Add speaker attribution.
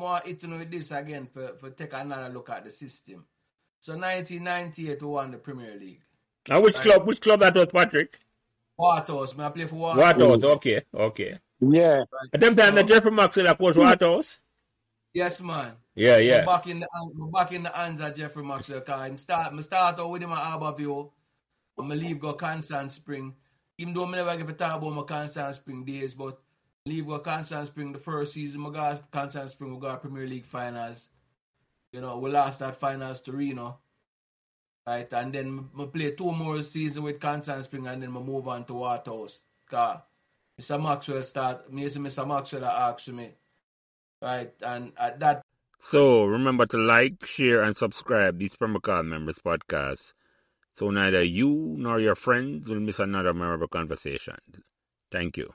Speaker 1: want hit with this again for, for take another look at the system. So 1998, we won the Premier League.
Speaker 2: And Uh, which
Speaker 1: Right.
Speaker 2: club? Which club that was, Patrick?
Speaker 1: Waters, may I play for Waters?
Speaker 2: Waters. Okay, okay.
Speaker 3: Yeah.
Speaker 2: At them time, the
Speaker 1: No.
Speaker 2: Jeffrey Maxwell that was Waters.
Speaker 1: Yes, man.
Speaker 2: Yeah,
Speaker 1: I'm
Speaker 2: yeah.
Speaker 1: back in the hand- I'm back in the hands of Jeffrey Maxwell. Cause I'm start, I'm start out with him at Harborville. I'm leave go Constant Spring. Even though I never give a talk about my Constant Spring days, but leave go Constant Spring the first season. My guys, Constant Spring, we got Premier League finals. You know, we lost that finals to Reno. Right, and then I play two more season with Constant Spring, and then I move on to Wathouse. Cause Mr. Maxwell start, me see Mr. Maxwell asked me, right, and at that
Speaker 2: So remember to like, share, and subscribe these Permacall Members podcast, so neither you nor your friends will miss another memorable conversation. Thank you.